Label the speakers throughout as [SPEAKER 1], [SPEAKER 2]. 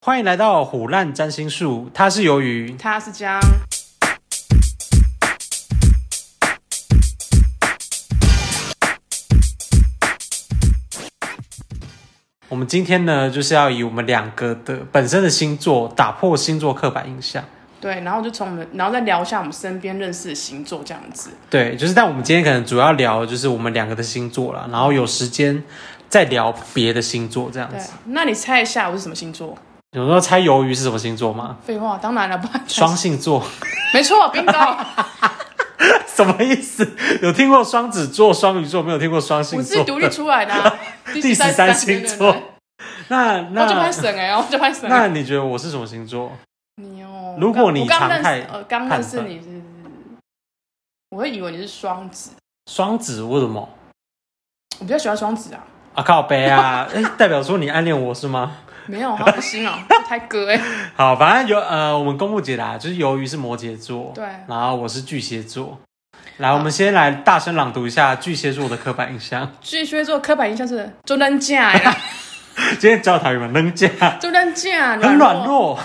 [SPEAKER 1] 欢迎来到虎烂占星术，它是由于
[SPEAKER 2] 他是江，
[SPEAKER 1] 我们今天呢，就是要以我们两个的本身的星座打破星座刻板印象。
[SPEAKER 2] 对，然后就从我们，然后再聊一下我们身边认识的星座这样子。
[SPEAKER 1] 对，就是但我们今天可能主要聊就是我们两个的星座啦，然后有时间再聊别的星座这样
[SPEAKER 2] 对
[SPEAKER 1] 子。，
[SPEAKER 2] 那你猜一下我是什么星座？
[SPEAKER 1] 有人要猜鱿鱼是什么星座吗？
[SPEAKER 2] 废话，当然了，不然猜
[SPEAKER 1] 双性座
[SPEAKER 2] 没错，bingo。
[SPEAKER 1] 什么意思？有听过双子座、双鱼座，没有听过双性
[SPEAKER 2] 我自
[SPEAKER 1] 座
[SPEAKER 2] 己独 立
[SPEAKER 1] 的。
[SPEAKER 2] 出来的 啊，
[SPEAKER 1] 第十三星座
[SPEAKER 2] 对对
[SPEAKER 1] 那
[SPEAKER 2] 对我就拍
[SPEAKER 1] 那
[SPEAKER 2] 省哎，我就拍省。
[SPEAKER 1] 那你觉得我是什么星座？
[SPEAKER 2] 你哦，
[SPEAKER 1] 如果你
[SPEAKER 2] 我刚
[SPEAKER 1] 常
[SPEAKER 2] 我刚
[SPEAKER 1] 态
[SPEAKER 2] 认识，呃，刚认识
[SPEAKER 1] 判断
[SPEAKER 2] 你是，我会以为你是双子，
[SPEAKER 1] 双子为什么？
[SPEAKER 2] 我比较喜欢双子啊。
[SPEAKER 1] 啊靠北啊！哎、代表说你暗恋我是吗？
[SPEAKER 2] 没有，好恶心 啊，这太哥哎。
[SPEAKER 1] 好，反正有呃，我们公布解答，就是由于是摩羯座，
[SPEAKER 2] 对
[SPEAKER 1] 然后我是巨蟹座。来，我们先来大声朗读一下巨蟹座的刻板印象。
[SPEAKER 2] 巨蟹座刻板印象是就能嫁啦，
[SPEAKER 1] 今天教导你们扔架，
[SPEAKER 2] 就能嫁，
[SPEAKER 1] 啊很软。弱。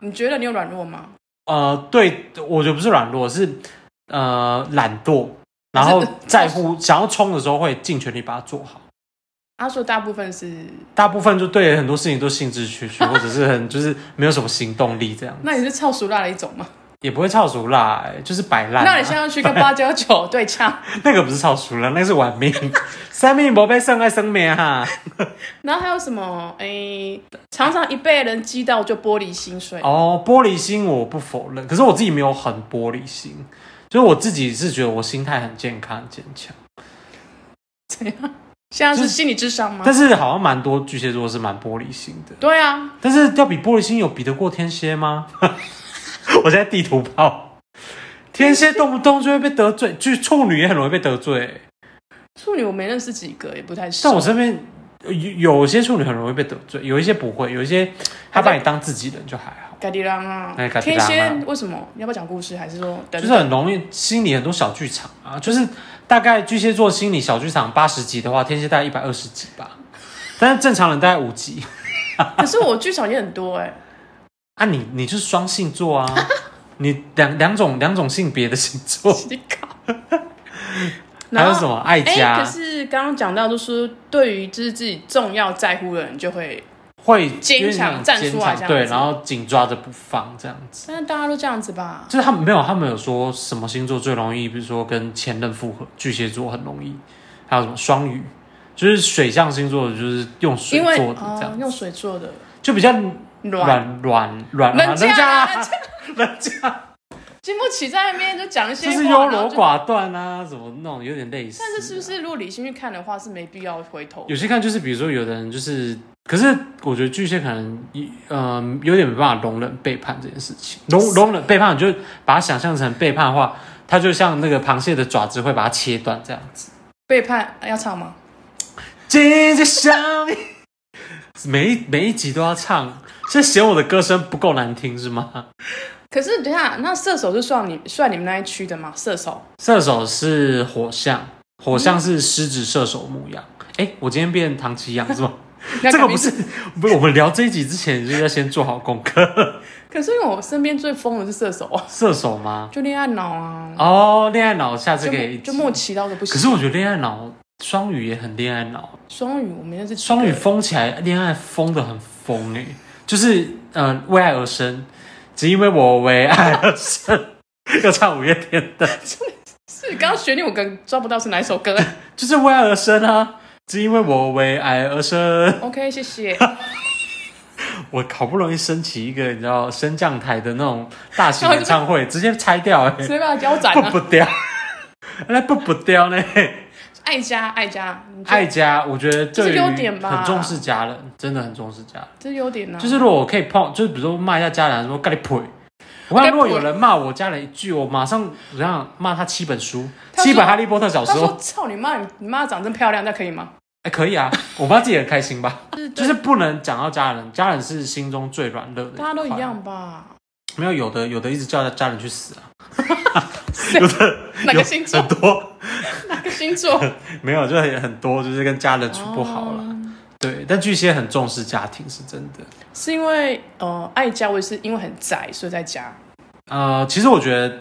[SPEAKER 2] 你觉得你有软弱吗？
[SPEAKER 1] 呃，对，我觉得不是软弱，是呃懒惰，然后
[SPEAKER 2] 还是呃
[SPEAKER 1] 在乎想要冲的时候会尽全力把它做好。
[SPEAKER 2] 他说大部分是，
[SPEAKER 1] 大部分就对很多事情都兴致缺缺，或者是很就是没有什么行动力这样，
[SPEAKER 2] 那你是超熟辣的一种吗？
[SPEAKER 1] 也不会操熟啦、就是摆烂啊、
[SPEAKER 2] 那你现在要去跟八九九对呛，
[SPEAKER 1] 那个不是超熟了，那个是玩命， 生命不被生爱生命啊哈。
[SPEAKER 2] 然后还有什么？诶、常常一被人击到就玻璃心碎。
[SPEAKER 1] 哦，玻璃心我不否认，可是我自己没有很玻璃心，就是我自己是觉得我心态很健康、很坚强。
[SPEAKER 2] 现在是心理智商吗
[SPEAKER 1] 但？是好像蛮多巨蟹座是蛮玻璃心的，
[SPEAKER 2] 对啊，
[SPEAKER 1] 但是要比玻璃心有比得过天蝎吗？ 我现在地图炮，天蝎动不动就会被得罪，就处女也很容易被得罪，
[SPEAKER 2] 处女我没认识几个，也不太熟。
[SPEAKER 1] 但我身边。有有些处女很容易被得罪，有一些不会，有一些他把你当自己人就还好，
[SPEAKER 2] 嘎迪郎啊
[SPEAKER 1] 哎，嘎迪
[SPEAKER 2] 天
[SPEAKER 1] 郎啊
[SPEAKER 2] 蝎为什么？你要不要讲故事？还是说等
[SPEAKER 1] 就是很容易心里很多小剧场啊，就是大概巨蟹座心理小剧场八十集的话，天蝎大概一百二十集吧，但是正常人大概五集
[SPEAKER 2] 可是我剧场也很多哎、
[SPEAKER 1] 啊你，你就是双性座啊，你两两种两种性别的星座，
[SPEAKER 2] 你搞。
[SPEAKER 1] 还
[SPEAKER 2] 然
[SPEAKER 1] 有
[SPEAKER 2] 后
[SPEAKER 1] 什么爱
[SPEAKER 2] 哎、
[SPEAKER 1] 家、
[SPEAKER 2] 可是刚刚讲到，就是对于就是自己重要在乎的人，就会，
[SPEAKER 1] 会
[SPEAKER 2] 坚强
[SPEAKER 1] 有点
[SPEAKER 2] 站出来
[SPEAKER 1] 坚强
[SPEAKER 2] 这样
[SPEAKER 1] 对，
[SPEAKER 2] 子
[SPEAKER 1] 然后紧抓着不放这样子。
[SPEAKER 2] 但是大家都这样子吧？
[SPEAKER 1] 就是他们没有，他们有说什么星座最容易，比如说跟前任复合，巨蟹座很容易，还有什么双鱼，就是水象星座，就是用水
[SPEAKER 2] 因为
[SPEAKER 1] 做的这
[SPEAKER 2] 哦
[SPEAKER 1] 样，，
[SPEAKER 2] 用水做的
[SPEAKER 1] 就比较
[SPEAKER 2] 软，
[SPEAKER 1] 软软软
[SPEAKER 2] 人
[SPEAKER 1] 人
[SPEAKER 2] 家啊
[SPEAKER 1] 家 人家
[SPEAKER 2] 经不起在那边就讲一些
[SPEAKER 1] 就
[SPEAKER 2] 话，
[SPEAKER 1] 是优柔
[SPEAKER 2] 然后就。
[SPEAKER 1] 寡断啊，什么那种有点类似。
[SPEAKER 2] 但是是不？是如果理性去看的话，是没必要回头
[SPEAKER 1] 有。些看就是，比如说有的人就是，可是我觉得巨蟹可能一呃有点没办法容忍背叛这件事情，容容忍背叛，你就把它想象成背叛的话，它就像那个螃蟹的爪子会把它切断这样子。
[SPEAKER 2] 背叛要唱吗？
[SPEAKER 1] 姐姐想你，每一每一集都要唱，是嫌我的歌声不够难听是吗？
[SPEAKER 2] 可是等一下，那射手是算你算你们那一区的吗？射手
[SPEAKER 1] 射手是火象，火象
[SPEAKER 2] 嗯
[SPEAKER 1] 是狮子、射手、母羊。哎、我今天变唐奇羊 是吗？
[SPEAKER 2] 那
[SPEAKER 1] 这个
[SPEAKER 2] 肯定
[SPEAKER 1] 不是，不是我们聊这一集之前就要先做好功课。
[SPEAKER 2] 可是因为我身边最疯的是射手啊，
[SPEAKER 1] 射手吗？
[SPEAKER 2] 就恋爱脑 啊，
[SPEAKER 1] 哦，恋爱脑，下次
[SPEAKER 2] 就
[SPEAKER 1] 可以
[SPEAKER 2] 莫。就默契到的不
[SPEAKER 1] 可是
[SPEAKER 2] 行。
[SPEAKER 1] 我觉得恋爱脑，双鱼也很恋爱脑，
[SPEAKER 2] 双鱼我们那是
[SPEAKER 1] 双鱼疯起来，恋爱疯的很疯哎、就是呃为爱而生，只因为我为爱而生。 要唱五月天的，
[SPEAKER 2] 是刚刚旋律我跟抓不到是哪一首歌。
[SPEAKER 1] 就是为爱而生啊，只因为我为爱而生。
[SPEAKER 2] OK，谢 谢。
[SPEAKER 1] 我好不容易升起一个你知道升降台的那种大型演唱
[SPEAKER 2] 哦
[SPEAKER 1] 会，直接拆掉哎、欸，
[SPEAKER 2] 谁把它腰斩
[SPEAKER 1] 不
[SPEAKER 2] 了？
[SPEAKER 1] 不掉， 那不不掉呢？
[SPEAKER 2] 爱家爱家，你就
[SPEAKER 1] 爱家，我觉得对
[SPEAKER 2] 这是
[SPEAKER 1] 于
[SPEAKER 2] 优点吧啊
[SPEAKER 1] 很重视家人，真的很重视家人。
[SPEAKER 2] 这是优点呢。
[SPEAKER 1] 就是如果我可以碰，就是比如说骂一下家人，说干你腿。我看如果有人骂我家人一句，我马上我想骂他七本书，
[SPEAKER 2] 他说
[SPEAKER 1] 七本《哈利波特》小
[SPEAKER 2] 他说
[SPEAKER 1] 说，：“
[SPEAKER 2] 操你妈，你妈长真漂亮，那可以吗
[SPEAKER 1] 哎、可以 啊，我妈自己很开心吧？”。
[SPEAKER 2] 就
[SPEAKER 1] 就是不能讲到家人，家人是心中最软弱的，
[SPEAKER 2] 大家都一样吧？
[SPEAKER 1] 没有有的有的一直叫他家人去死啊，
[SPEAKER 2] 哪个星座
[SPEAKER 1] 很？多
[SPEAKER 2] 哪个星座？
[SPEAKER 1] 没有，就很很多，就是跟家人处不好了。
[SPEAKER 2] 哦
[SPEAKER 1] 对，但巨蟹很重视家庭，是真的。
[SPEAKER 2] 是因为呃爱家，我也是因为很宅，所以在家。
[SPEAKER 1] 呃，其实我觉得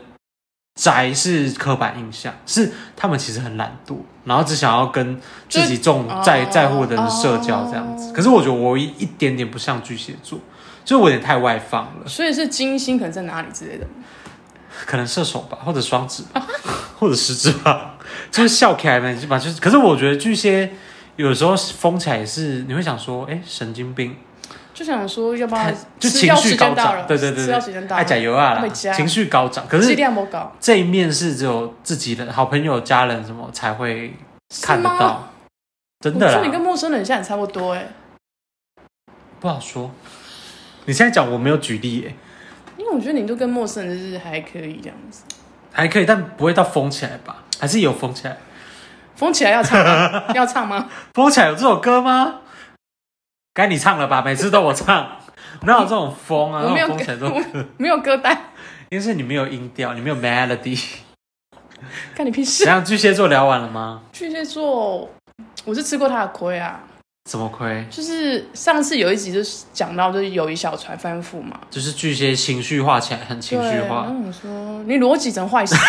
[SPEAKER 1] 宅是刻板印象，是他们其实很懒惰，然后只想要跟自己重
[SPEAKER 2] 就
[SPEAKER 1] 在
[SPEAKER 2] 哦
[SPEAKER 1] 在乎的人社交这样子。
[SPEAKER 2] 哦
[SPEAKER 1] 可是我觉得我一一点点不像巨蟹座，就是我有点太外放了，
[SPEAKER 2] 所以是金星可能在哪里之类的，
[SPEAKER 1] 可能射手吧，或者双子吧， 或者狮子吧，就是笑起来嘛，就把就是。可是我觉得巨蟹有时候疯起来也是，你会想说，哎、神经病，
[SPEAKER 2] 就想说要不
[SPEAKER 1] 他
[SPEAKER 2] 要
[SPEAKER 1] 哎就
[SPEAKER 2] 哦吃
[SPEAKER 1] 情
[SPEAKER 2] 药
[SPEAKER 1] 绪
[SPEAKER 2] 时
[SPEAKER 1] 高
[SPEAKER 2] 间到
[SPEAKER 1] 涨，
[SPEAKER 2] 了，
[SPEAKER 1] 对对对
[SPEAKER 2] 吃药
[SPEAKER 1] 对，
[SPEAKER 2] 时间到
[SPEAKER 1] 爱
[SPEAKER 2] 了，
[SPEAKER 1] 加油啊
[SPEAKER 2] 回
[SPEAKER 1] 啦，
[SPEAKER 2] 家
[SPEAKER 1] 情绪高涨，可
[SPEAKER 2] 剂
[SPEAKER 1] 是。
[SPEAKER 2] 量不高，
[SPEAKER 1] 这一面是只有自己的好朋友、家人什么才会看
[SPEAKER 2] 是
[SPEAKER 1] 得
[SPEAKER 2] 吗
[SPEAKER 1] 到，真
[SPEAKER 2] 我
[SPEAKER 1] 的
[SPEAKER 2] 说你跟
[SPEAKER 1] 啦，
[SPEAKER 2] 陌生人现在也差不多哎、
[SPEAKER 1] 不好说。你现在讲我没有举例耶、
[SPEAKER 2] 因为我觉得你都跟陌生人就是还可以这样子，
[SPEAKER 1] 还可以，但不会到疯起来吧？还是有疯起来？
[SPEAKER 2] 疯起来要 唱吗？要唱吗？
[SPEAKER 1] 疯起来有这首歌吗？该你唱了吧？每次都我唱， 哪有这种疯啊？
[SPEAKER 2] 我没
[SPEAKER 1] 那
[SPEAKER 2] 有
[SPEAKER 1] 种疯起来都，
[SPEAKER 2] 我没有歌单，
[SPEAKER 1] 因为是你没有音调，你没有 melody。
[SPEAKER 2] 干你屁
[SPEAKER 1] 怎
[SPEAKER 2] 事！
[SPEAKER 1] 样？巨蟹座聊完了吗？
[SPEAKER 2] 巨蟹座，我是吃过他的亏啊，
[SPEAKER 1] 怎么亏？
[SPEAKER 2] 就是上次有一集就是讲到就是友谊小船翻覆嘛，
[SPEAKER 1] 就是巨蟹情绪化起来，很情绪
[SPEAKER 2] 对然
[SPEAKER 1] 化
[SPEAKER 2] 后。我说你逻辑成坏 死了，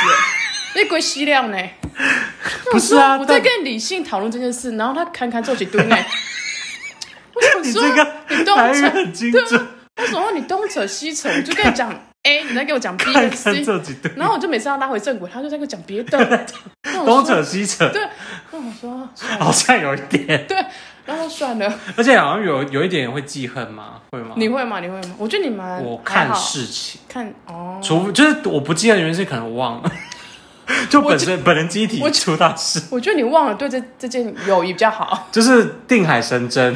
[SPEAKER 2] 你鬼西料呢？
[SPEAKER 1] 不是啊
[SPEAKER 2] 我在
[SPEAKER 1] 但
[SPEAKER 2] 跟理性讨论这件事，然后他侃侃做起堆呢。我 想
[SPEAKER 1] 你
[SPEAKER 2] 说，
[SPEAKER 1] 这个
[SPEAKER 2] 你动
[SPEAKER 1] 来源
[SPEAKER 2] 车，啊
[SPEAKER 1] 很精准，
[SPEAKER 2] 我想说你东扯西扯，我就跟你讲 A，你再给我讲 B
[SPEAKER 1] 看
[SPEAKER 2] 跟
[SPEAKER 1] 看
[SPEAKER 2] C，
[SPEAKER 1] 这几对。
[SPEAKER 2] 然后我就每次要拉回正轨，他就在给我讲别的，那我
[SPEAKER 1] 东
[SPEAKER 2] 说
[SPEAKER 1] 扯西扯，
[SPEAKER 2] 对，那我说哦算
[SPEAKER 1] 好
[SPEAKER 2] 了，
[SPEAKER 1] 像有一点，
[SPEAKER 2] 对，然后算了，
[SPEAKER 1] 而且好像有有一点会记恨吗？会吗？
[SPEAKER 2] 你会吗？你会吗？我觉得你蛮
[SPEAKER 1] 我
[SPEAKER 2] 还
[SPEAKER 1] 看
[SPEAKER 2] 好
[SPEAKER 1] 事情，
[SPEAKER 2] 看哦，
[SPEAKER 1] 除非就是我不记得的原因是可能我忘了， 就本身本人机体
[SPEAKER 2] 我
[SPEAKER 1] 出大事，
[SPEAKER 2] 我觉得你忘了对这这件友谊比较好。
[SPEAKER 1] 就是定海神针，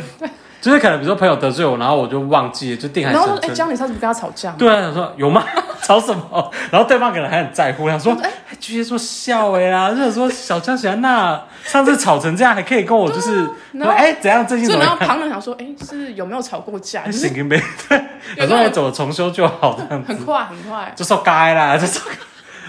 [SPEAKER 1] 就是可能比如说朋友得罪我，然后我就忘记了，就定海
[SPEAKER 2] 然后说，哎、
[SPEAKER 1] 神针。
[SPEAKER 2] 江你上次不跟他吵架吗？
[SPEAKER 1] 对啊，想说有吗？ 吵什么？然后对方可能还很在乎，想说
[SPEAKER 2] 我说哎
[SPEAKER 1] 哎巨蟹座笑哎啦，就是说小江喜欢 那上次吵成这样，还可以跟我就是
[SPEAKER 2] 啊然
[SPEAKER 1] 说
[SPEAKER 2] 后
[SPEAKER 1] 哎怎样最近
[SPEAKER 2] 就
[SPEAKER 1] 怎么
[SPEAKER 2] 然后
[SPEAKER 1] 样？
[SPEAKER 2] 旁人想说，哎、是有没有吵 过架？就是
[SPEAKER 1] 神经 病，对，有
[SPEAKER 2] 有
[SPEAKER 1] 时候
[SPEAKER 2] 那
[SPEAKER 1] 我
[SPEAKER 2] 种
[SPEAKER 1] 走重修就好这 样子
[SPEAKER 2] 很快很快，
[SPEAKER 1] 就受该啦，就受该。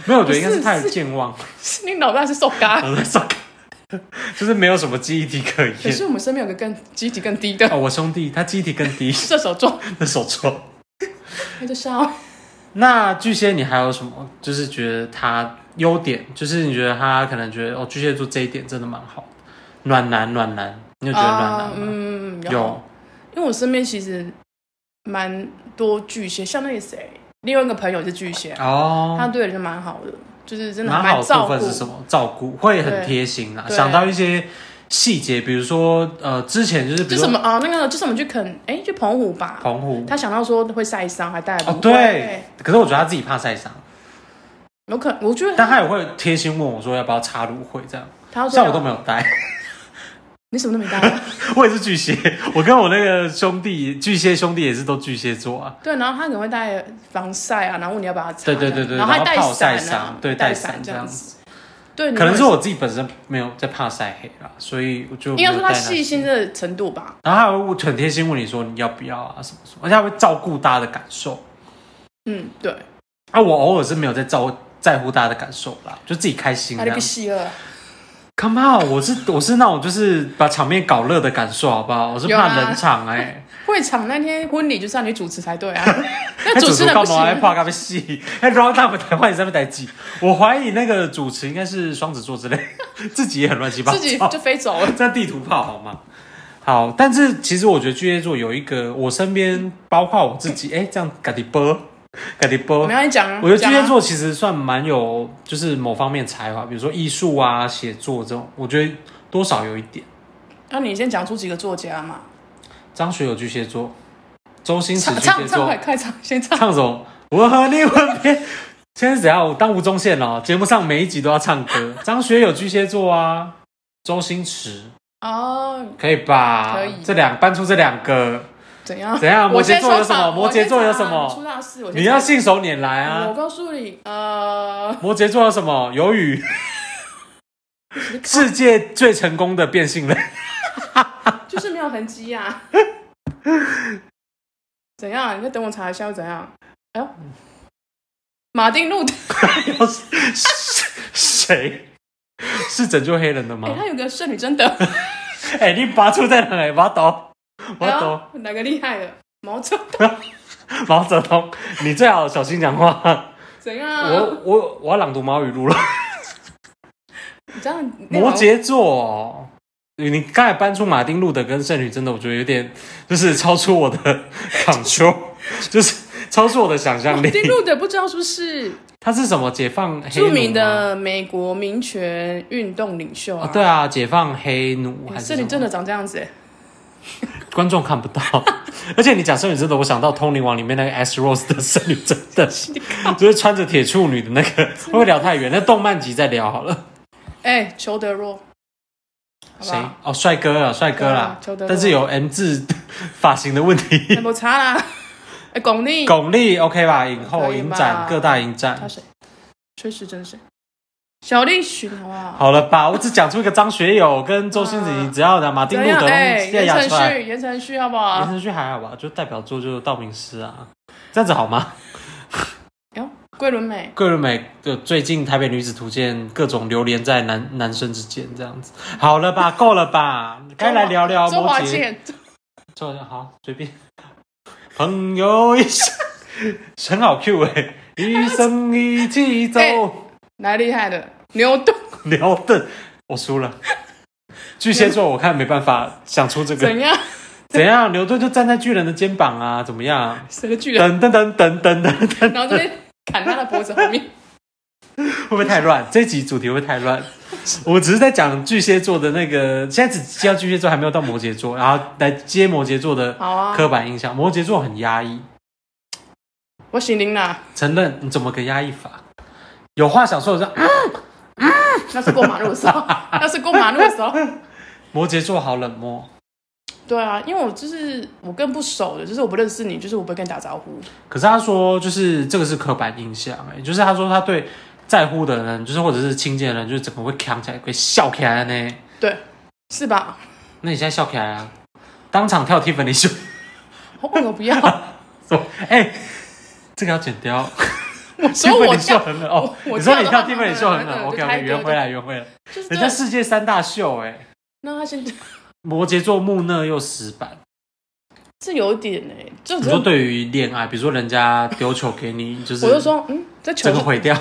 [SPEAKER 1] 没有，我觉得应该是
[SPEAKER 2] 不是
[SPEAKER 1] 太有健忘，
[SPEAKER 2] 是你脑袋是受 嘎。
[SPEAKER 1] 我在受该，就是没有什么记忆体可
[SPEAKER 2] 可
[SPEAKER 1] 言。
[SPEAKER 2] 是我们身边有个更积极、更低的，
[SPEAKER 1] 哦，我兄弟他记忆体更低
[SPEAKER 2] 射手座，
[SPEAKER 1] 那手错。
[SPEAKER 2] 他就笑。
[SPEAKER 1] 那巨蟹你还有什么？就是觉得他优点，就是你觉得他可能觉得哦，巨蟹座这一点真的蛮好的，暖男暖男，你有觉得暖男吗？
[SPEAKER 2] 嗯，有
[SPEAKER 1] 有，，
[SPEAKER 2] 因为我身边其实蛮多巨蟹，像那个谁，另外一个朋友是巨蟹，他
[SPEAKER 1] 哦，
[SPEAKER 2] 对人就蛮好的，就是真的
[SPEAKER 1] 蛮好
[SPEAKER 2] 蛮
[SPEAKER 1] 的部
[SPEAKER 2] 照顾
[SPEAKER 1] 分。是什么？照顾会很
[SPEAKER 2] 对
[SPEAKER 1] 贴心啊，
[SPEAKER 2] 对
[SPEAKER 1] 想到一些细节，比如说呃，之前就是比
[SPEAKER 2] 就
[SPEAKER 1] 如
[SPEAKER 2] 什
[SPEAKER 1] 说
[SPEAKER 2] 么啊、那个就是我们去垦，哎、去澎湖吧。
[SPEAKER 1] 澎湖，
[SPEAKER 2] 他想到说会晒伤，还带了
[SPEAKER 1] 哦
[SPEAKER 2] 芦荟
[SPEAKER 1] 对，可是我觉得他自己怕晒伤。
[SPEAKER 2] 有可我觉得
[SPEAKER 1] 但他也会贴心问我说要不要插芦荟这样，
[SPEAKER 2] 他
[SPEAKER 1] 虽
[SPEAKER 2] 说
[SPEAKER 1] 然我都没有带，
[SPEAKER 2] 你什么都没带啊、
[SPEAKER 1] 我也是巨蟹，我跟我那个兄弟巨蟹兄弟也是都巨蟹座啊，
[SPEAKER 2] 对，然后他可能会带防晒啊，然后问你要把它擦
[SPEAKER 1] 对
[SPEAKER 2] 掉。
[SPEAKER 1] 对对对
[SPEAKER 2] 然后还
[SPEAKER 1] 然后
[SPEAKER 2] 带
[SPEAKER 1] 怕我晒
[SPEAKER 2] 伞啊
[SPEAKER 1] 伤，对带
[SPEAKER 2] 带
[SPEAKER 1] 伞
[SPEAKER 2] 这
[SPEAKER 1] 这样
[SPEAKER 2] 样子。对，你
[SPEAKER 1] 可能
[SPEAKER 2] 会
[SPEAKER 1] 是我自己本身没有在怕晒黑啦，所以我就没
[SPEAKER 2] 应
[SPEAKER 1] 有
[SPEAKER 2] 该说
[SPEAKER 1] 带
[SPEAKER 2] 他
[SPEAKER 1] 那
[SPEAKER 2] 细
[SPEAKER 1] 些。
[SPEAKER 2] 心的程度吧。
[SPEAKER 1] 然后他还会很贴心问你说你要不要啊什么什么，而且他会照顾大家的感受。
[SPEAKER 2] 嗯，对，
[SPEAKER 1] 啊，我偶尔是没有在照在乎大家的感受啦，就自己开心
[SPEAKER 2] 他
[SPEAKER 1] 这
[SPEAKER 2] 就
[SPEAKER 1] 样
[SPEAKER 2] 个。细了。
[SPEAKER 1] Come on，我是我是那种就是把场面搞热的感受，好不好？我是
[SPEAKER 2] 有
[SPEAKER 1] 怕
[SPEAKER 2] 啊
[SPEAKER 1] 冷场哎、
[SPEAKER 2] 会场那天婚礼就是让你主持才对 啊，
[SPEAKER 1] 那
[SPEAKER 2] 那
[SPEAKER 1] 哎主
[SPEAKER 2] 主
[SPEAKER 1] 持
[SPEAKER 2] 持
[SPEAKER 1] 人
[SPEAKER 2] 人
[SPEAKER 1] 干
[SPEAKER 2] 不
[SPEAKER 1] 嘛还
[SPEAKER 2] 行。
[SPEAKER 1] 怕他们戏？ 还 round up 台湾上面台记，我怀疑那个主持应该是双子座之类， 自己也很乱七八糟，
[SPEAKER 2] 自己就飞走了，
[SPEAKER 1] 在地图炮好吗？好，但是其实我觉得巨蟹座有一个，我身边包括我自己，哎、这样嘎迪波，嘎迪波
[SPEAKER 2] 我们，要你讲啊。
[SPEAKER 1] 我觉得巨
[SPEAKER 2] 讲啊
[SPEAKER 1] 蟹，座其实算蛮有，就是某方面才华，比如说艺术啊、写作这种，我觉得多少有一点。
[SPEAKER 2] 那你先讲出几个作家嘛？
[SPEAKER 1] 张学友巨蟹座，周星驰
[SPEAKER 2] 唱
[SPEAKER 1] 巨蟹
[SPEAKER 2] 唱唱
[SPEAKER 1] 座
[SPEAKER 2] 快，快唱，先唱。
[SPEAKER 1] 唱什么？我和你吻别。现在只要我当吴宗宪哦，节目上每一集都要唱歌。张学友巨蟹座啊，周星驰
[SPEAKER 2] 哦，
[SPEAKER 1] 可以吧？
[SPEAKER 2] 可以
[SPEAKER 1] 这两搬出这两个，
[SPEAKER 2] 怎 样？
[SPEAKER 1] 怎样？摩
[SPEAKER 2] 我
[SPEAKER 1] 羯
[SPEAKER 2] 先
[SPEAKER 1] 座有
[SPEAKER 2] 说
[SPEAKER 1] 什么？
[SPEAKER 2] 吧
[SPEAKER 1] 摩
[SPEAKER 2] 我
[SPEAKER 1] 羯
[SPEAKER 2] 先
[SPEAKER 1] 座有
[SPEAKER 2] 说
[SPEAKER 1] 什
[SPEAKER 2] 吧
[SPEAKER 1] 么？
[SPEAKER 2] 出大事，我先
[SPEAKER 1] 你要
[SPEAKER 2] 说
[SPEAKER 1] 信手拈来
[SPEAKER 2] 我
[SPEAKER 1] 啊！
[SPEAKER 2] 告诉你， 呃，
[SPEAKER 1] 摩羯座有什么？有 雨，世界最成功的变性人，
[SPEAKER 2] 就是没有痕迹呀、 啊。怎样？啊你再等我查一下又怎样？
[SPEAKER 1] 嗯
[SPEAKER 2] 哎呦，马丁路德，
[SPEAKER 1] 有谁？是拯救黑人的
[SPEAKER 2] 哎、
[SPEAKER 1] 吗？
[SPEAKER 2] 他有个圣女贞德，
[SPEAKER 1] 哎、你拔出在哪里？我懂，我
[SPEAKER 2] 然
[SPEAKER 1] 懂
[SPEAKER 2] 后。哎哪个厉害的？毛泽 东
[SPEAKER 1] 毛泽东，你最好小心讲话。
[SPEAKER 2] 怎样？啊
[SPEAKER 1] 我我我要朗读毛语录了。
[SPEAKER 2] 你这样
[SPEAKER 1] 摩羯座，哦你刚才搬出马丁路德跟圣女，真的我觉得有点就是超出 我的 control，就是超出我的想象力。
[SPEAKER 2] 丁路德不知道是不是
[SPEAKER 1] 他是什么解放黑奴啊
[SPEAKER 2] 著
[SPEAKER 1] 吗
[SPEAKER 2] 名的美国民权运动领袖
[SPEAKER 1] 哦
[SPEAKER 2] 啊？，
[SPEAKER 1] 对啊，解放黑奴还
[SPEAKER 2] 哎，
[SPEAKER 1] 是
[SPEAKER 2] 这里
[SPEAKER 1] 什
[SPEAKER 2] 真
[SPEAKER 1] 么
[SPEAKER 2] 的长这样子哎。
[SPEAKER 1] 观众看不 到。而且你讲圣女真的，我想到《通灵王》里面那个 S Rose 的圣女真的， 就是穿着铁处女的那个，会不会聊太远？那动漫集再聊好了。
[SPEAKER 2] 哎、裘德洛，好不
[SPEAKER 1] 谁
[SPEAKER 2] 好？？
[SPEAKER 1] 哦，帅哥啦，帅哥啦
[SPEAKER 2] 对啊裘德，洛
[SPEAKER 1] 但是有 M 字发型的问
[SPEAKER 2] 那
[SPEAKER 1] 题。
[SPEAKER 2] 没差 啦。哎、巩俐，
[SPEAKER 1] 巩俐 OK 吧？影后
[SPEAKER 2] 可以吧
[SPEAKER 1] 影展各大影
[SPEAKER 2] 他
[SPEAKER 1] 展，
[SPEAKER 2] 谁？崔世珍谁？小栗旬好不好？
[SPEAKER 1] 好了吧？我只讲出一个张学友跟周星驰，
[SPEAKER 2] 啊
[SPEAKER 1] 你只要拿马丁
[SPEAKER 2] 怎
[SPEAKER 1] 路
[SPEAKER 2] 样？
[SPEAKER 1] 德
[SPEAKER 2] 哎、
[SPEAKER 1] 再
[SPEAKER 2] 言
[SPEAKER 1] 压
[SPEAKER 2] 承
[SPEAKER 1] 出来，
[SPEAKER 2] 旭，言承旭好不
[SPEAKER 1] 言
[SPEAKER 2] 好？
[SPEAKER 1] 承旭还好吧？就代表作就是道明寺啊，这样子好吗？
[SPEAKER 2] 哟，桂纶镁，
[SPEAKER 1] 桂纶镁的最近《台北女子图鉴》各种流连在男男生之间，这样子好了吧？够了 吧？该来聊聊
[SPEAKER 2] 周
[SPEAKER 1] 摩
[SPEAKER 2] 华
[SPEAKER 1] 羯。
[SPEAKER 2] 健，
[SPEAKER 1] 坐下好，随便。朋友一生， 很好 Q 哎、 一生一起走。
[SPEAKER 2] 哎哪厉害的？牛 顿
[SPEAKER 1] 牛顿，我输了。巨蟹座，我看没办法想出这个
[SPEAKER 2] 怎样？
[SPEAKER 1] 怎样，牛顿就站在巨人的肩膀啊，怎么样？
[SPEAKER 2] 谁的巨
[SPEAKER 1] 等
[SPEAKER 2] 人？
[SPEAKER 1] 等等等等等等，
[SPEAKER 2] 然后这边砍他的脖子后面。
[SPEAKER 1] 会不会太乱？这集主题会不会太乱？我只是在讲巨蟹座的那个，现在只接到巨蟹座，还没有到摩羯座，然后来接摩羯座的
[SPEAKER 2] 好啊，
[SPEAKER 1] 刻板印象。摩羯座很压抑，
[SPEAKER 2] 我醒灵啦，
[SPEAKER 1] 承认你怎么个压抑法？有话想说，我说、啊
[SPEAKER 2] 那是过马路 的时候，那是过马路的时候。
[SPEAKER 1] 摩羯座好冷漠。
[SPEAKER 2] 对啊，因为我就是我更不熟的，就是我不认识你，就是我不会跟你打招呼。
[SPEAKER 1] 可是他说，就是这个是刻板印象、哎，就是他说他对在乎的人，就是或者是亲近的人，就是整个会扛起来，会笑起来呢。
[SPEAKER 2] 对，是吧？
[SPEAKER 1] 那你现在笑起来啊？当场跳 Tiffany 秀，
[SPEAKER 2] 我我 不要，
[SPEAKER 1] 说哎、这个要剪掉。
[SPEAKER 2] 所以我
[SPEAKER 1] Tiffany 秀
[SPEAKER 2] 跳，
[SPEAKER 1] 很冷哦，
[SPEAKER 2] 我我
[SPEAKER 1] 你说你
[SPEAKER 2] 跳
[SPEAKER 1] 跳
[SPEAKER 2] 的话
[SPEAKER 1] Tiffany 秀很
[SPEAKER 2] 那
[SPEAKER 1] 冷
[SPEAKER 2] 个
[SPEAKER 1] ，OK
[SPEAKER 2] 就太
[SPEAKER 1] OK，
[SPEAKER 2] 对
[SPEAKER 1] 圆
[SPEAKER 2] 对
[SPEAKER 1] 回来圆回来。
[SPEAKER 2] 就是
[SPEAKER 1] 人家
[SPEAKER 2] 对。
[SPEAKER 1] 世界三大秀、哎，
[SPEAKER 2] 那他现在
[SPEAKER 1] 摩羯座木讷又死板。
[SPEAKER 2] 这有点哎、就
[SPEAKER 1] 你
[SPEAKER 2] 只
[SPEAKER 1] 说
[SPEAKER 2] 有
[SPEAKER 1] 对于恋爱，比如说人家丢球给你，就是
[SPEAKER 2] 我就说，嗯，这球
[SPEAKER 1] 整个毁掉，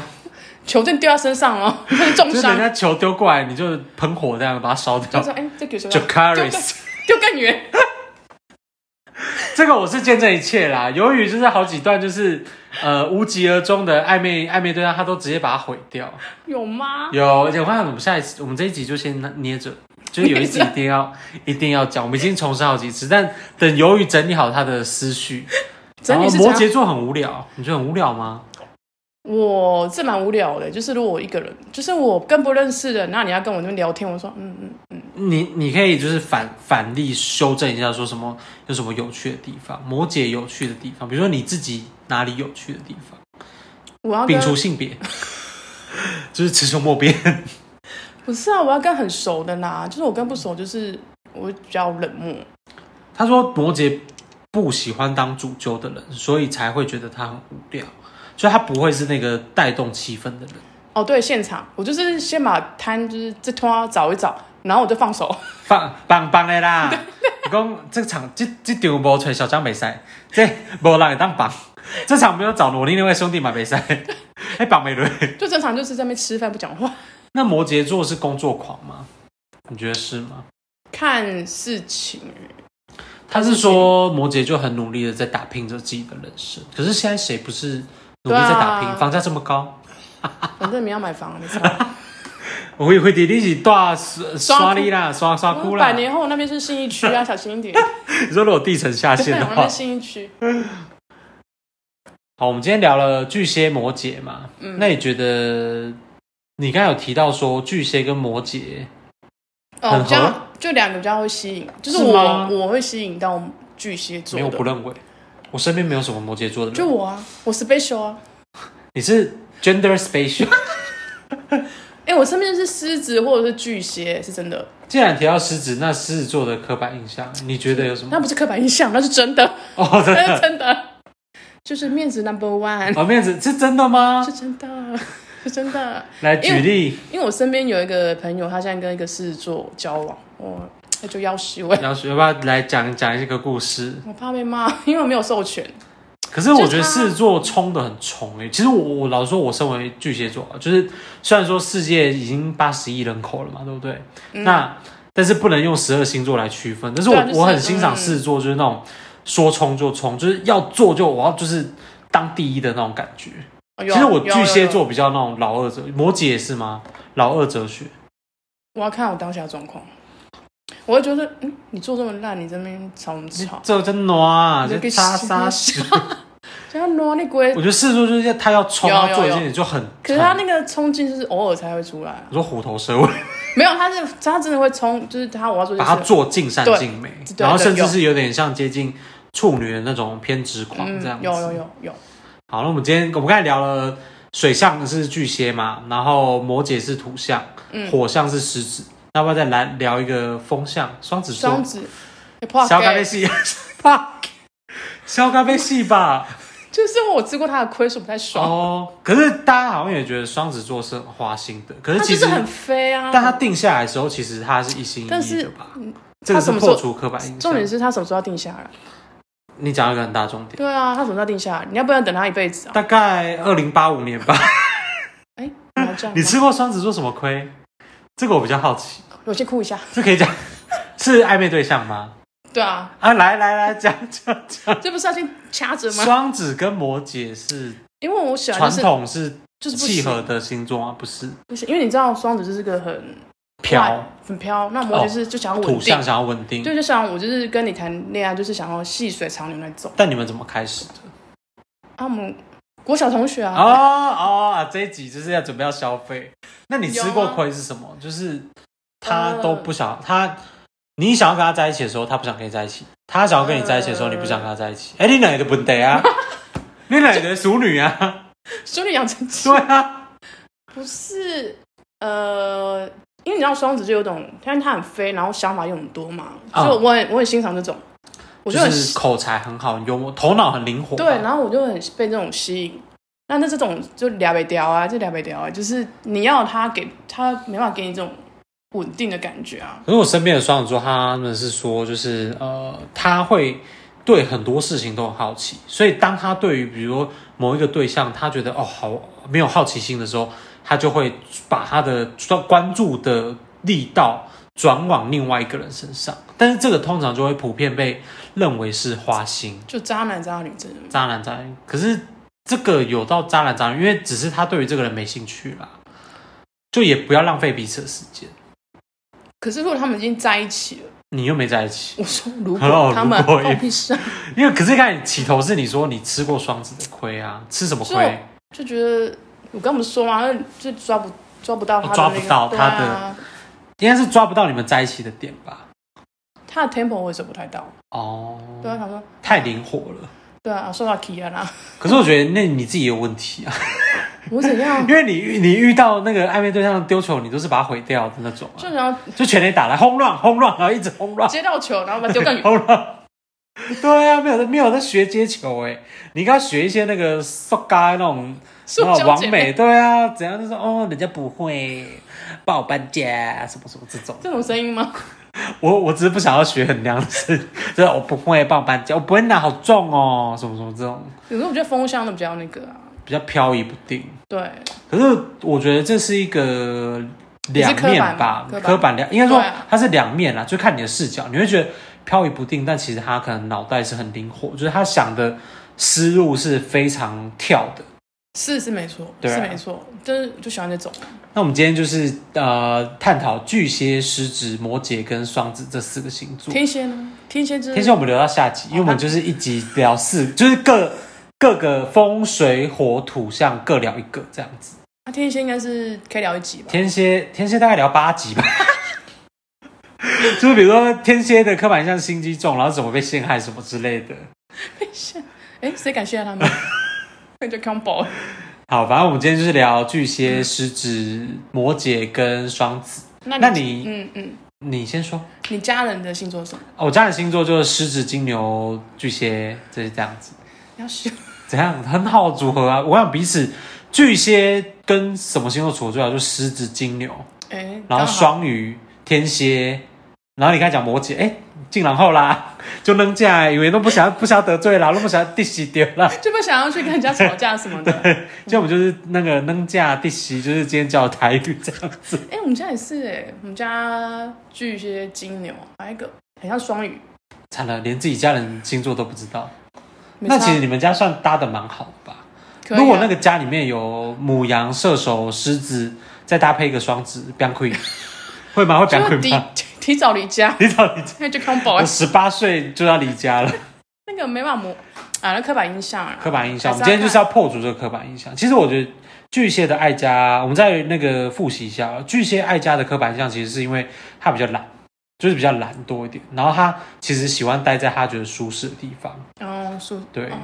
[SPEAKER 2] 球正掉在身上 哦，这是重
[SPEAKER 1] 就是
[SPEAKER 2] 伤
[SPEAKER 1] 人。家球丢过来，你就喷火这样把它烧
[SPEAKER 2] 就
[SPEAKER 1] 掉
[SPEAKER 2] 说，。哎、这球什
[SPEAKER 1] 就
[SPEAKER 2] 么？
[SPEAKER 1] Caris。
[SPEAKER 2] 丢更远。
[SPEAKER 1] 这个我是见证一切啦。由于就是好几段就是呃无疾而终的暧昧暧昧对象，他都直接把它毁掉。
[SPEAKER 2] 有吗？
[SPEAKER 1] 有，而且我看我们下一次，我们这一集就先捏着，就是有一 集一定要一定要讲。我们已经重申好几次，但等由于整理好他的思绪，然
[SPEAKER 2] 整
[SPEAKER 1] 后
[SPEAKER 2] 理是
[SPEAKER 1] 摩
[SPEAKER 2] 怎样
[SPEAKER 1] 羯座很无聊，你觉得很无聊吗？
[SPEAKER 2] 我这蛮无聊的，就是如果我一个人，就是我更不认识的，那你要跟我这边聊天，我说嗯嗯嗯，
[SPEAKER 1] 你你可以就是反反例修正一下，说什么有什么有趣的地方，摩羯有趣的地方，比如说你自己哪里有趣的地方，
[SPEAKER 2] 我要跟
[SPEAKER 1] 摒除性别，就是雌雄莫辨。
[SPEAKER 2] 不是啊，我要跟很熟的啦，就是我跟不熟，就是我比较冷漠。
[SPEAKER 1] 他说摩羯不喜欢当主揪的人，所以才会觉得他很无聊，所以他不会是那个带动气氛的人。
[SPEAKER 2] 哦，对，现场我就是先把摊就是这拖找一找，然后我就 放手。
[SPEAKER 1] 放放放的啦！你讲这场这这场无找小张比赛，这无人会当绑。这场没有找罗莉那位兄弟嘛 比赛，哎绑没轮。
[SPEAKER 2] 就正常就是在那边吃饭不讲话，
[SPEAKER 1] 那摩羯座是工作狂吗？你觉得是吗？
[SPEAKER 2] 看事情。
[SPEAKER 1] 他是说摩羯就很努力的在打拼着自己的人生，可是现在谁不是努力在打拼？
[SPEAKER 2] 对啊
[SPEAKER 1] 房价这么高，
[SPEAKER 2] 反正你要买房，没啊差。
[SPEAKER 1] 我会会弟弟是大刷刷力啦，刷刷哭啦
[SPEAKER 2] 百。年后那边是信义区 啊，小心一点。
[SPEAKER 1] 你说如果地层下
[SPEAKER 2] 对，
[SPEAKER 1] 陷的
[SPEAKER 2] 我那边
[SPEAKER 1] 话，
[SPEAKER 2] 信义区。
[SPEAKER 1] 好，我们今天聊了巨蟹、摩羯嘛，
[SPEAKER 2] 嗯，
[SPEAKER 1] 那你觉得你刚才有提到说巨蟹跟摩羯，
[SPEAKER 2] 哦，
[SPEAKER 1] 很
[SPEAKER 2] 比较
[SPEAKER 1] 合
[SPEAKER 2] 就两个比较会吸引，就是
[SPEAKER 1] 啊是吗
[SPEAKER 2] 我我会吸引到巨蟹座
[SPEAKER 1] 没有我不
[SPEAKER 2] 的，
[SPEAKER 1] 认为，我身边没有什么摩羯座的人，
[SPEAKER 2] 就我啊，我 special 啊。
[SPEAKER 1] 你是 gender spatial。
[SPEAKER 2] 哎、我身边是狮子或者是巨蟹，是真的。
[SPEAKER 1] 既然提到狮子，那狮子座的刻板印象，你觉得有什么
[SPEAKER 2] 那？不是刻板印象，那是真的，
[SPEAKER 1] 哦，真
[SPEAKER 2] 那是
[SPEAKER 1] 的，
[SPEAKER 2] 真的，就是面子 number one，、
[SPEAKER 1] 哦，面子是真的吗
[SPEAKER 2] 是？真的， 是真的。
[SPEAKER 1] 来举例，
[SPEAKER 2] 因为我身边有一个朋友，他现在跟一个狮子座交往，我那就要虚伪。
[SPEAKER 1] 要是要不要来讲讲一个故事？
[SPEAKER 2] 我怕被骂，因为我没有授权。
[SPEAKER 1] 可是我觉
[SPEAKER 2] 就
[SPEAKER 1] 得
[SPEAKER 2] 他
[SPEAKER 1] 狮子座冲的很冲诶、其实我我老实说，我身为巨蟹座啊，就是虽然说世界已经八十亿人口了嘛，对不对？
[SPEAKER 2] 嗯
[SPEAKER 1] 那但是不能用十二星座来区分。但是我、
[SPEAKER 2] 对啊就是
[SPEAKER 1] 我很欣赏
[SPEAKER 2] 嗯
[SPEAKER 1] 狮子座，就是那种说冲就冲，就是要做就我要就是当第一的那种感觉。
[SPEAKER 2] 哦有
[SPEAKER 1] 其实我
[SPEAKER 2] 有有
[SPEAKER 1] 巨蟹
[SPEAKER 2] 有
[SPEAKER 1] 座比较那种老二哲，摩羯也是吗？老二哲学。
[SPEAKER 2] 我要看我当下的状况，我会觉得，嗯，你做这么烂，你这边吵什么吵？
[SPEAKER 1] 这真暖啊，
[SPEAKER 2] 你
[SPEAKER 1] 这
[SPEAKER 2] 给
[SPEAKER 1] 叉
[SPEAKER 2] 洗
[SPEAKER 1] 叉
[SPEAKER 2] 个
[SPEAKER 1] 屎。
[SPEAKER 2] 这样挪你鬼
[SPEAKER 1] 我！觉得狮子座就是他要冲，
[SPEAKER 2] 有
[SPEAKER 1] 他
[SPEAKER 2] 有
[SPEAKER 1] 做一
[SPEAKER 2] 有
[SPEAKER 1] 件事情就很。
[SPEAKER 2] 可是他
[SPEAKER 1] 很
[SPEAKER 2] 那个冲劲就是偶尔才会出来啊，
[SPEAKER 1] 你说虎头蛇尾，
[SPEAKER 2] 没有，他是他真的会冲，就是他我要做
[SPEAKER 1] 把它
[SPEAKER 2] 就是
[SPEAKER 1] 做尽善
[SPEAKER 2] 对
[SPEAKER 1] 尽美，
[SPEAKER 2] 对
[SPEAKER 1] 然后
[SPEAKER 2] 对
[SPEAKER 1] 甚至
[SPEAKER 2] 有
[SPEAKER 1] 是有点像接近处女的那种偏执狂
[SPEAKER 2] 嗯
[SPEAKER 1] 这样，子。
[SPEAKER 2] 有有有有，
[SPEAKER 1] 好，那我们今天我们刚才聊了水象是巨蟹嘛，然后摩羯是土象，
[SPEAKER 2] 嗯
[SPEAKER 1] 火象是狮子，那要不要再来聊一个风象双子座？
[SPEAKER 2] 双子，欸破
[SPEAKER 1] 小咖啡
[SPEAKER 2] 给
[SPEAKER 1] 系， 怕小咖啡系 吧？
[SPEAKER 2] 就是因为我吃过他的亏，所以不太爽。
[SPEAKER 1] 哦，可是大家好像也觉得双子座是很花心的，可
[SPEAKER 2] 他
[SPEAKER 1] 是其
[SPEAKER 2] 就是
[SPEAKER 1] 实，
[SPEAKER 2] 很飞啊，
[SPEAKER 1] 但他定下来的时候，其实他是一心一
[SPEAKER 2] 但
[SPEAKER 1] 意
[SPEAKER 2] 是
[SPEAKER 1] 的吧？
[SPEAKER 2] 嗯
[SPEAKER 1] 这个是
[SPEAKER 2] 他什么时
[SPEAKER 1] 破
[SPEAKER 2] 候
[SPEAKER 1] 除刻板印象。
[SPEAKER 2] 重点是他什么时候要定下来？
[SPEAKER 1] 你讲到一个很大重点，
[SPEAKER 2] 对啊，他什么时候要定下来？你要不然等他一辈子啊？
[SPEAKER 1] 大概二零八五年吧。
[SPEAKER 2] 哎，你要这样吗，
[SPEAKER 1] 你吃过双子座什么亏？这个我比较好奇，
[SPEAKER 2] 我先哭一下。
[SPEAKER 1] 这可以讲是暧昧对象吗？
[SPEAKER 2] 对啊，
[SPEAKER 1] 啊，来来来，讲讲讲。
[SPEAKER 2] 这不是要先掐着 吗？
[SPEAKER 1] 双子跟摩羯是
[SPEAKER 2] 因为我喜欢
[SPEAKER 1] 传
[SPEAKER 2] 就是
[SPEAKER 1] 统是
[SPEAKER 2] 就是不
[SPEAKER 1] 契
[SPEAKER 2] 行
[SPEAKER 1] 合的星座吗？不是
[SPEAKER 2] 不行，因为你知道双子就是个很
[SPEAKER 1] 飘哦
[SPEAKER 2] 快很飘，那摩羯是就想要稳
[SPEAKER 1] 土
[SPEAKER 2] 定，
[SPEAKER 1] 象想要稳定，
[SPEAKER 2] 对，就想我就是跟你谈恋爱，就是想要细水长流那种。
[SPEAKER 1] 但你们怎么开始的？
[SPEAKER 2] 啊，我们国小同学啊，
[SPEAKER 1] 哦哦，这一集就是要准备要消费。那你吃过
[SPEAKER 2] 有啊呃
[SPEAKER 1] 亏是什么？就是他都不想他，你想要跟他在一起的时候，他不想跟你在一起；他想要跟你在一起的时候，
[SPEAKER 2] 呃
[SPEAKER 1] 你不想跟他在一起。哎，你哪个笨蛋 啊？你哪个熟女啊？
[SPEAKER 2] 修女养成记
[SPEAKER 1] 对啊，
[SPEAKER 2] 不是呃，因为你知道双子就有种，但是他很飞，然后想法又很多嘛，
[SPEAKER 1] 啊
[SPEAKER 2] 所以我很我很欣赏这种，我就
[SPEAKER 1] 就
[SPEAKER 2] 很
[SPEAKER 1] 是口才很好，很幽默，头脑很灵活。
[SPEAKER 2] 对，然后我就很被这种吸引。那那这种就聊北聊啊，就聊北聊啊，就是你要他给他没办法给你这种稳定的感觉啊，
[SPEAKER 1] 可是我身边的双子座，他们是说，就是呃，他会对很多事情都很好奇，所以当他对于比如说某一个对象，他觉得哦好没有好奇心的时候，他就会把他的专关注的力道转往另外一个人身上。但是这个通常就会普遍被认为是花心、
[SPEAKER 2] 就渣男渣女真的。
[SPEAKER 1] 渣男、渣女。可是这个有到渣男、渣女，因为只是他对于这个人没兴趣啦，就也不要浪费彼此的时间。
[SPEAKER 2] 可是如果他们已经在一起了，
[SPEAKER 1] 你又没在一起。
[SPEAKER 2] 我说如
[SPEAKER 1] 哦
[SPEAKER 2] 果他们
[SPEAKER 1] 如果
[SPEAKER 2] 放屁事啊，
[SPEAKER 1] 因为可是看你起头是你说你吃过双子的亏啊，吃什么
[SPEAKER 2] 所以
[SPEAKER 1] 亏？
[SPEAKER 2] 就觉得我刚不是说嘛，就抓不抓不到他的、那
[SPEAKER 1] 抓
[SPEAKER 2] 个
[SPEAKER 1] 不到
[SPEAKER 2] 对
[SPEAKER 1] 他的
[SPEAKER 2] 啊、
[SPEAKER 1] 应该是抓不到你们在一起的点吧？
[SPEAKER 2] 他的 tempo 我也走不太到，
[SPEAKER 1] 哦，
[SPEAKER 2] 对啊，想说
[SPEAKER 1] 太灵活了。
[SPEAKER 2] 对啊，受到 key 啊啦，
[SPEAKER 1] 可是我觉得那你自己也有问题啊，
[SPEAKER 2] 我怎样
[SPEAKER 1] 因为你遇你遇到那个暧昧对象丢球，你都是把它毁掉的那种、
[SPEAKER 2] 就
[SPEAKER 1] 啊，
[SPEAKER 2] 想要
[SPEAKER 1] 就全垒打来轰乱轰乱，然后一直轰乱
[SPEAKER 2] 接到球，然后把它 丢更远，
[SPEAKER 1] 轰乱。对啊，没有在没有在学接球哎、你应该学一些那个塑胶的那种
[SPEAKER 2] 塑
[SPEAKER 1] 那种
[SPEAKER 2] 胶
[SPEAKER 1] 完
[SPEAKER 2] 姐
[SPEAKER 1] 美，
[SPEAKER 2] 妹
[SPEAKER 1] 对啊，怎样就是哦，人家不会帮我搬家什么什么这种。
[SPEAKER 2] 这种声音吗？
[SPEAKER 1] 我我只是不想要学很娘的事， 就是我不会帮我搬家，我不会拿好重哦，什么什么这种
[SPEAKER 2] 有时候我觉得风向的比较那个啊，
[SPEAKER 1] 比较漂移不定。
[SPEAKER 2] 对，
[SPEAKER 1] 可是我觉得这是一个两面吧，
[SPEAKER 2] 也是刻板嘛刻板
[SPEAKER 1] 刻板两，应该说
[SPEAKER 2] 对啊
[SPEAKER 1] 它是两面啦，就看你的视角，你会觉得漂移不定，但其实他可能脑袋是很灵活，就是他想的思路是非常跳的。
[SPEAKER 2] 是是没错，
[SPEAKER 1] 对啊
[SPEAKER 2] 是没错，就是就喜欢这种，
[SPEAKER 1] 那我们今天就是呃探讨巨蟹、狮子、摩羯跟双子这四个星座。
[SPEAKER 2] 天蝎呢？天蝎就是
[SPEAKER 1] 天蝎我们留到下集，因为我们就是一集聊四， 就是各各个风水火土象各聊一个这样子。
[SPEAKER 2] 啊天蝎应该是可以聊一集吧，
[SPEAKER 1] 天蝎天蝎大概聊八集吧， 就是比如说天蝎的刻板印象是心机重，然后怎么被陷害什么之类的。
[SPEAKER 2] 哎，谁敢谢他 们？那就 combo，
[SPEAKER 1] 好，反正我们今天就是聊巨蟹、狮子、摩羯跟双子。
[SPEAKER 2] 那
[SPEAKER 1] 那你
[SPEAKER 2] 嗯嗯，
[SPEAKER 1] 你先说。
[SPEAKER 2] 你家人的星座是什么？
[SPEAKER 1] 哦，我家的星座就是狮子、金牛、巨蟹，这、是这样子。
[SPEAKER 2] 要修
[SPEAKER 1] 怎样？很好的组合啊！我想彼此巨蟹跟什么星座处得最好？就狮子、金牛。
[SPEAKER 2] 哎，
[SPEAKER 1] 然
[SPEAKER 2] 刚
[SPEAKER 1] 后
[SPEAKER 2] 好
[SPEAKER 1] 双鱼、天蝎、然后你刚才讲摩羯，哎，进然后啦，就扔下来，以为都不想不想要得罪啦，都不想要第洗丢啦。
[SPEAKER 2] 就不想要去跟人家吵架 什么的。
[SPEAKER 1] 就我们就是那个扔架第洗，就是今天教的台语这样子。
[SPEAKER 2] 哎、我们家也是哎、我们家巨蟹、金牛，还有一个很像双鱼。
[SPEAKER 1] 惨了，连自己家人星座都不知道。
[SPEAKER 2] 没
[SPEAKER 1] 那
[SPEAKER 2] 差
[SPEAKER 1] 其实你们家算搭的蛮好的吧？
[SPEAKER 2] 可以啊
[SPEAKER 1] 如果那个家里面有母羊、射手、狮子，再搭配一个双子 b a n q u e 会吗？会 b a n
[SPEAKER 2] 就
[SPEAKER 1] q
[SPEAKER 2] 会
[SPEAKER 1] u
[SPEAKER 2] 提
[SPEAKER 1] e 吗？
[SPEAKER 2] 提早离家，
[SPEAKER 1] 你早离家，
[SPEAKER 2] 那就 come boy
[SPEAKER 1] 我。十八岁就要离家 了，
[SPEAKER 2] 那个没办法磨啊，那刻板印象啊，
[SPEAKER 1] 刻板印象。我
[SPEAKER 2] 还
[SPEAKER 1] 们今天就是
[SPEAKER 2] 要
[SPEAKER 1] 要破除这个刻板印象。其实我觉得巨蟹的爱家，我们再那个复习一下啊，巨蟹爱家的刻板印象其实是因为他比较懒，就是比较懒多一点，然后他其实喜欢待在他觉得舒适的地方。
[SPEAKER 2] 看哦，说
[SPEAKER 1] 对
[SPEAKER 2] 哦，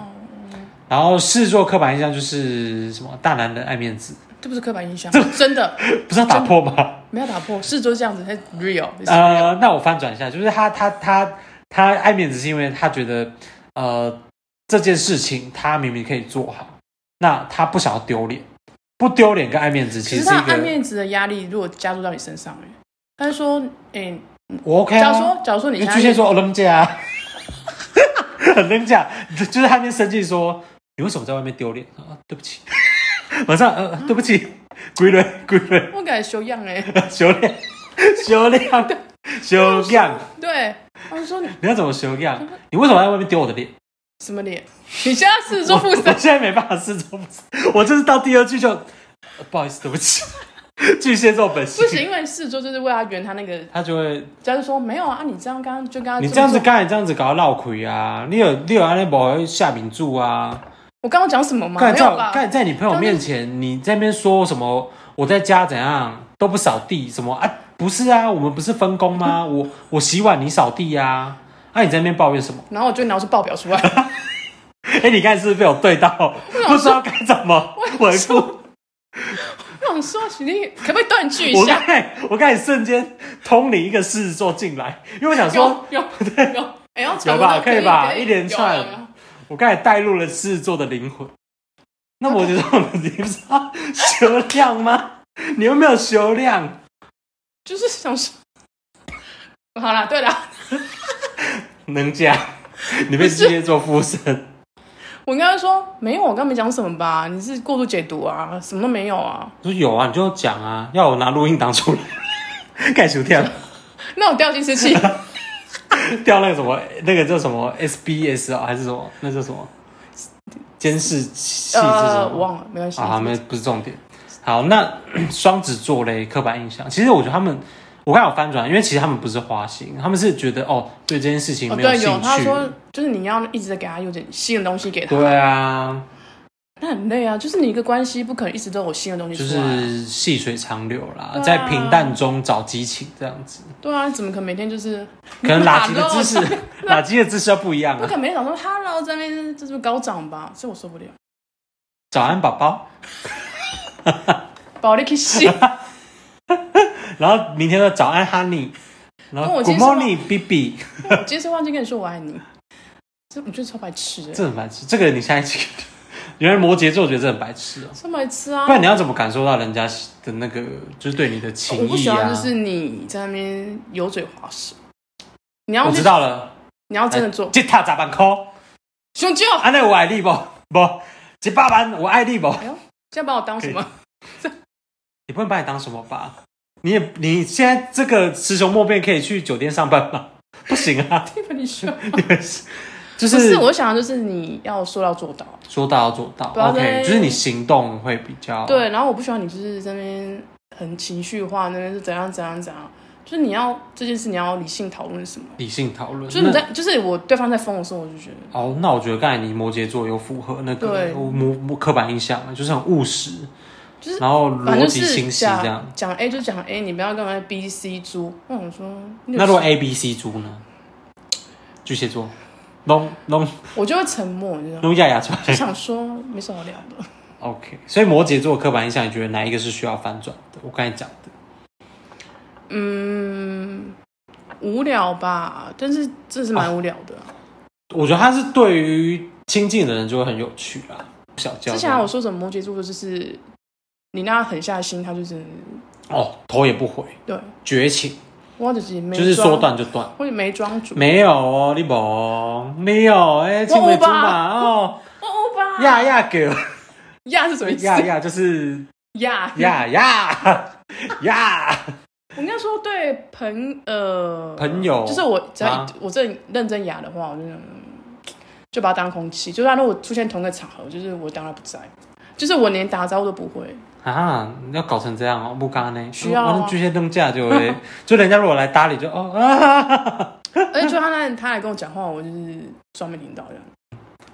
[SPEAKER 1] 然后狮子座刻板印象就是什么大男人爱面子，
[SPEAKER 2] 这不是刻板印象， 真的
[SPEAKER 1] 不是要打破吗？
[SPEAKER 2] 没有打破，是就这样子，才 real，it's real。
[SPEAKER 1] 呃，那我翻转一下，就是他他他他爱面子是因为他觉得，呃，这件事情他明明可以做好，那他不想要丢脸，不丢脸跟爱面子
[SPEAKER 2] 可
[SPEAKER 1] 其实
[SPEAKER 2] 是
[SPEAKER 1] 是一
[SPEAKER 2] 他暗
[SPEAKER 1] 个
[SPEAKER 2] 面子的压力，如果加注到你身上，哎，他就说，哎，
[SPEAKER 1] 我 OK
[SPEAKER 2] 假如
[SPEAKER 1] 啊，
[SPEAKER 2] 说，假如说
[SPEAKER 1] 因
[SPEAKER 2] 你
[SPEAKER 1] 为
[SPEAKER 2] 现
[SPEAKER 1] 巨
[SPEAKER 2] 在
[SPEAKER 1] 蟹座 OMG 啊，很能讲，就是他那边生气说你为什么在外面丢脸啊？对不起，晚上呃对不起，归类归 类，
[SPEAKER 2] 我感觉修养哎，
[SPEAKER 1] 修炼修炼修养，
[SPEAKER 2] 对，他就说你
[SPEAKER 1] 你要怎么修养？你为什么在外面丢我的脸？
[SPEAKER 2] 什么脸？你现在是做
[SPEAKER 1] 我
[SPEAKER 2] 副
[SPEAKER 1] 我
[SPEAKER 2] 身，
[SPEAKER 1] 现在没办法试做，我就是到第二句就、呃不好意思，对不起，巨蟹座本性
[SPEAKER 2] 不行，，因为事做就是为他圆他那个，
[SPEAKER 1] 他就会
[SPEAKER 2] 假如说没有啊，你这样刚刚就跟他
[SPEAKER 1] 你这样子
[SPEAKER 2] 么做，
[SPEAKER 1] 刚才这样子搞到闹亏啊，你有你有安尼无下名著啊，
[SPEAKER 2] 我刚刚讲什么吗？
[SPEAKER 1] 刚才
[SPEAKER 2] 没
[SPEAKER 1] 在
[SPEAKER 2] 有
[SPEAKER 1] 我
[SPEAKER 2] 吧
[SPEAKER 1] 刚？才在你朋友面前，你在那边说什么我在家怎样都不扫地什么啊？不是啊，我们不是分工吗？我我洗碗你扫地啊，啊你在那边抱怨什么？
[SPEAKER 2] 然后我就拿出报表出来，
[SPEAKER 1] 哎、你刚才是不是被我对到，不知道该怎么回复？
[SPEAKER 2] 我想说，许丽可不可以断句一
[SPEAKER 1] 我
[SPEAKER 2] 下
[SPEAKER 1] 刚？才我刚才瞬间通灵一个狮子座进来，因为我想说，
[SPEAKER 2] 有有 有，哎，要传
[SPEAKER 1] 有吧
[SPEAKER 2] 到可
[SPEAKER 1] 可以吧
[SPEAKER 2] 可
[SPEAKER 1] 一连串
[SPEAKER 2] 有有有
[SPEAKER 1] 我刚才带入了狮子座的灵魂。那我觉得我们你不知道修量吗？你又没有修量，
[SPEAKER 2] 就是想说，好啦，对啦，
[SPEAKER 1] 能讲？你被巨蟹座附身，
[SPEAKER 2] 我应该说没有，我刚没讲什么吧？你是过度解读啊，什么都没有啊。
[SPEAKER 1] 说有啊，你就讲啊，要我拿录音档出来，盖薯条
[SPEAKER 2] 那我掉进 湿气，
[SPEAKER 1] 调那个什么，那个叫什么 SBS 啊，还是什么？那叫什么？监视器是什
[SPEAKER 2] 呃，
[SPEAKER 1] 么？
[SPEAKER 2] 我忘了，没关系。
[SPEAKER 1] 啊，没不是重点。好，那 双子座嘞，刻板印象，其实我觉得他们，我刚好翻转，因为其实他们不是花心，他们是觉得哦，对这件事情
[SPEAKER 2] 哦，
[SPEAKER 1] 没有
[SPEAKER 2] 对，
[SPEAKER 1] 兴
[SPEAKER 2] 有他
[SPEAKER 1] 趣。
[SPEAKER 2] 说就是你要一直在给他有点新的东西给他，
[SPEAKER 1] 对啊，
[SPEAKER 2] 那很累啊。就是你一个关系不可能一直都有新的东西
[SPEAKER 1] 就
[SPEAKER 2] 出来啊，
[SPEAKER 1] 是细水长流啦，
[SPEAKER 2] 对啊
[SPEAKER 1] 在平淡中找激情这样子，
[SPEAKER 2] 对啊，怎么可能每天就是
[SPEAKER 1] 可能垃圾的
[SPEAKER 2] Hello，
[SPEAKER 1] 姿势， 垃圾的姿势要不一样
[SPEAKER 2] 不
[SPEAKER 1] 啊
[SPEAKER 2] 可。能每天早上 hello 在那边就是高涨吧？这我受不了，
[SPEAKER 1] 早安宝宝，
[SPEAKER 2] 保利 K 西，
[SPEAKER 1] 然后明天的早安 Honey，然
[SPEAKER 2] 跟
[SPEAKER 1] 后
[SPEAKER 2] 我
[SPEAKER 1] Good
[SPEAKER 2] 今天说话
[SPEAKER 1] morning BB，
[SPEAKER 2] 我今天忘记跟你说我爱你，这我觉得超白痴欸的、
[SPEAKER 1] 这很白痴，这个你下一期，原来摩羯座觉得这很白痴哦。
[SPEAKER 2] 超白痴啊！
[SPEAKER 1] 不然你要怎么感受到人家的那个，就是对你的情
[SPEAKER 2] 我不
[SPEAKER 1] 意
[SPEAKER 2] 喜欢
[SPEAKER 1] 啊？
[SPEAKER 2] 就是你在那边油嘴滑舌，你要
[SPEAKER 1] 我
[SPEAKER 2] 去
[SPEAKER 1] 知，道哎了，
[SPEAKER 2] 你要真的做，哦
[SPEAKER 1] 这塔咋办扣？
[SPEAKER 2] 熊舅，
[SPEAKER 1] 安内我爱你不？不，一百万我爱你不？
[SPEAKER 2] 哎现在把我当什么？
[SPEAKER 1] 你不能把你当什么吧？你也你现在这个雌雄莫辩，可以去酒店上班吗？不行啊，
[SPEAKER 2] 对吧？你说
[SPEAKER 1] 就
[SPEAKER 2] 不
[SPEAKER 1] 是
[SPEAKER 2] 是？我想的就是你要说到做到，
[SPEAKER 1] 说到要做到
[SPEAKER 2] 不要
[SPEAKER 1] ，OK，
[SPEAKER 2] 再
[SPEAKER 1] 就是你行动会比较
[SPEAKER 2] 对。然后我不喜欢你就是在那边很情绪化，那边是怎样怎样怎样，就是你要这件事你要理性讨论什么。
[SPEAKER 1] 理性讨论。
[SPEAKER 2] 就是你
[SPEAKER 1] 那
[SPEAKER 2] 在，就是我对方在疯的时候，我就觉得
[SPEAKER 1] 哦，那我觉得刚才你摩羯座有符合那个
[SPEAKER 2] 对
[SPEAKER 1] 摩摩刻板印象，就是很务实，
[SPEAKER 2] 就是
[SPEAKER 1] 然后
[SPEAKER 2] 反
[SPEAKER 1] 逻
[SPEAKER 2] 正
[SPEAKER 1] 辑
[SPEAKER 2] 是
[SPEAKER 1] 清晰这样
[SPEAKER 2] 讲。讲 A 就讲 A，你不要跟我 B、C 猪。那我说，你有
[SPEAKER 1] 那如果
[SPEAKER 2] 事
[SPEAKER 1] A、B、C 猪呢？巨蟹座，弄弄
[SPEAKER 2] 我就会沉默，你知道吗？
[SPEAKER 1] 弄亚亚出
[SPEAKER 2] 就
[SPEAKER 1] 来。
[SPEAKER 2] 想说没什么好聊的。
[SPEAKER 1] OK，所以摩羯座的刻板印象，你觉得哪一个是需要翻转的？我刚才讲的，
[SPEAKER 2] 嗯，无聊吧，但是这是
[SPEAKER 1] 啊
[SPEAKER 2] 蛮无聊的。
[SPEAKER 1] 我觉得他是对于亲近的人就会很有趣啦。小娇
[SPEAKER 2] 之前还有说什么摩羯座就是，你让他狠下心，他就是
[SPEAKER 1] 哦，头也不回，
[SPEAKER 2] 对
[SPEAKER 1] 绝情，
[SPEAKER 2] 我就是没
[SPEAKER 1] 就是说
[SPEAKER 2] 装，
[SPEAKER 1] 断就断。
[SPEAKER 2] 我就没装住，
[SPEAKER 1] 没有哦，你无，没有哎，青梅竹马 哦，
[SPEAKER 2] 哦欧巴
[SPEAKER 1] 亚亚狗，
[SPEAKER 2] 呀是什么意思？
[SPEAKER 1] 亚亚就是
[SPEAKER 2] 呀
[SPEAKER 1] 亚亚 亚，
[SPEAKER 2] 我应该说对朋呃
[SPEAKER 1] 朋友
[SPEAKER 2] 就是我只要、
[SPEAKER 1] 啊
[SPEAKER 2] 我这认真哑的话，我就想就把它当空气。就算如果出现同个场合，就是我当然不在，就是我连打招呼都不会。
[SPEAKER 1] 啊，要搞成这样哦，不干呢？
[SPEAKER 2] 需要啊
[SPEAKER 1] 我们巨蟹灯架就 会，就人家如果来搭理就哦啊，
[SPEAKER 2] 而且就他那他来跟我讲话，我就是装没听到这样。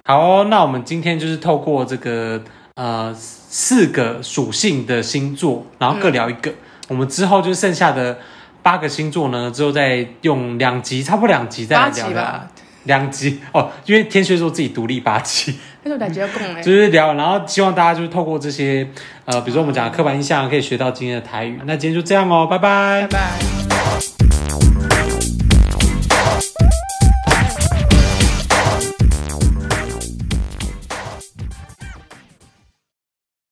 [SPEAKER 1] 好哦，那我们今天就是透过这个呃四个属性的星座，然后各聊一个。我们之后就剩下的八个星座呢，之后再用两集，差不多两集再来
[SPEAKER 2] 八
[SPEAKER 1] 聊
[SPEAKER 2] 集
[SPEAKER 1] 聊
[SPEAKER 2] 吧。，
[SPEAKER 1] 两集哦，因为天蝎座自己独立八集，
[SPEAKER 2] 但是我感觉要共哎
[SPEAKER 1] 就，是聊，然后希望大家就是透过这些呃，比如说我们讲的刻板印象，可以学到今天的台语。那今天就这样哦，拜拜
[SPEAKER 2] 拜拜。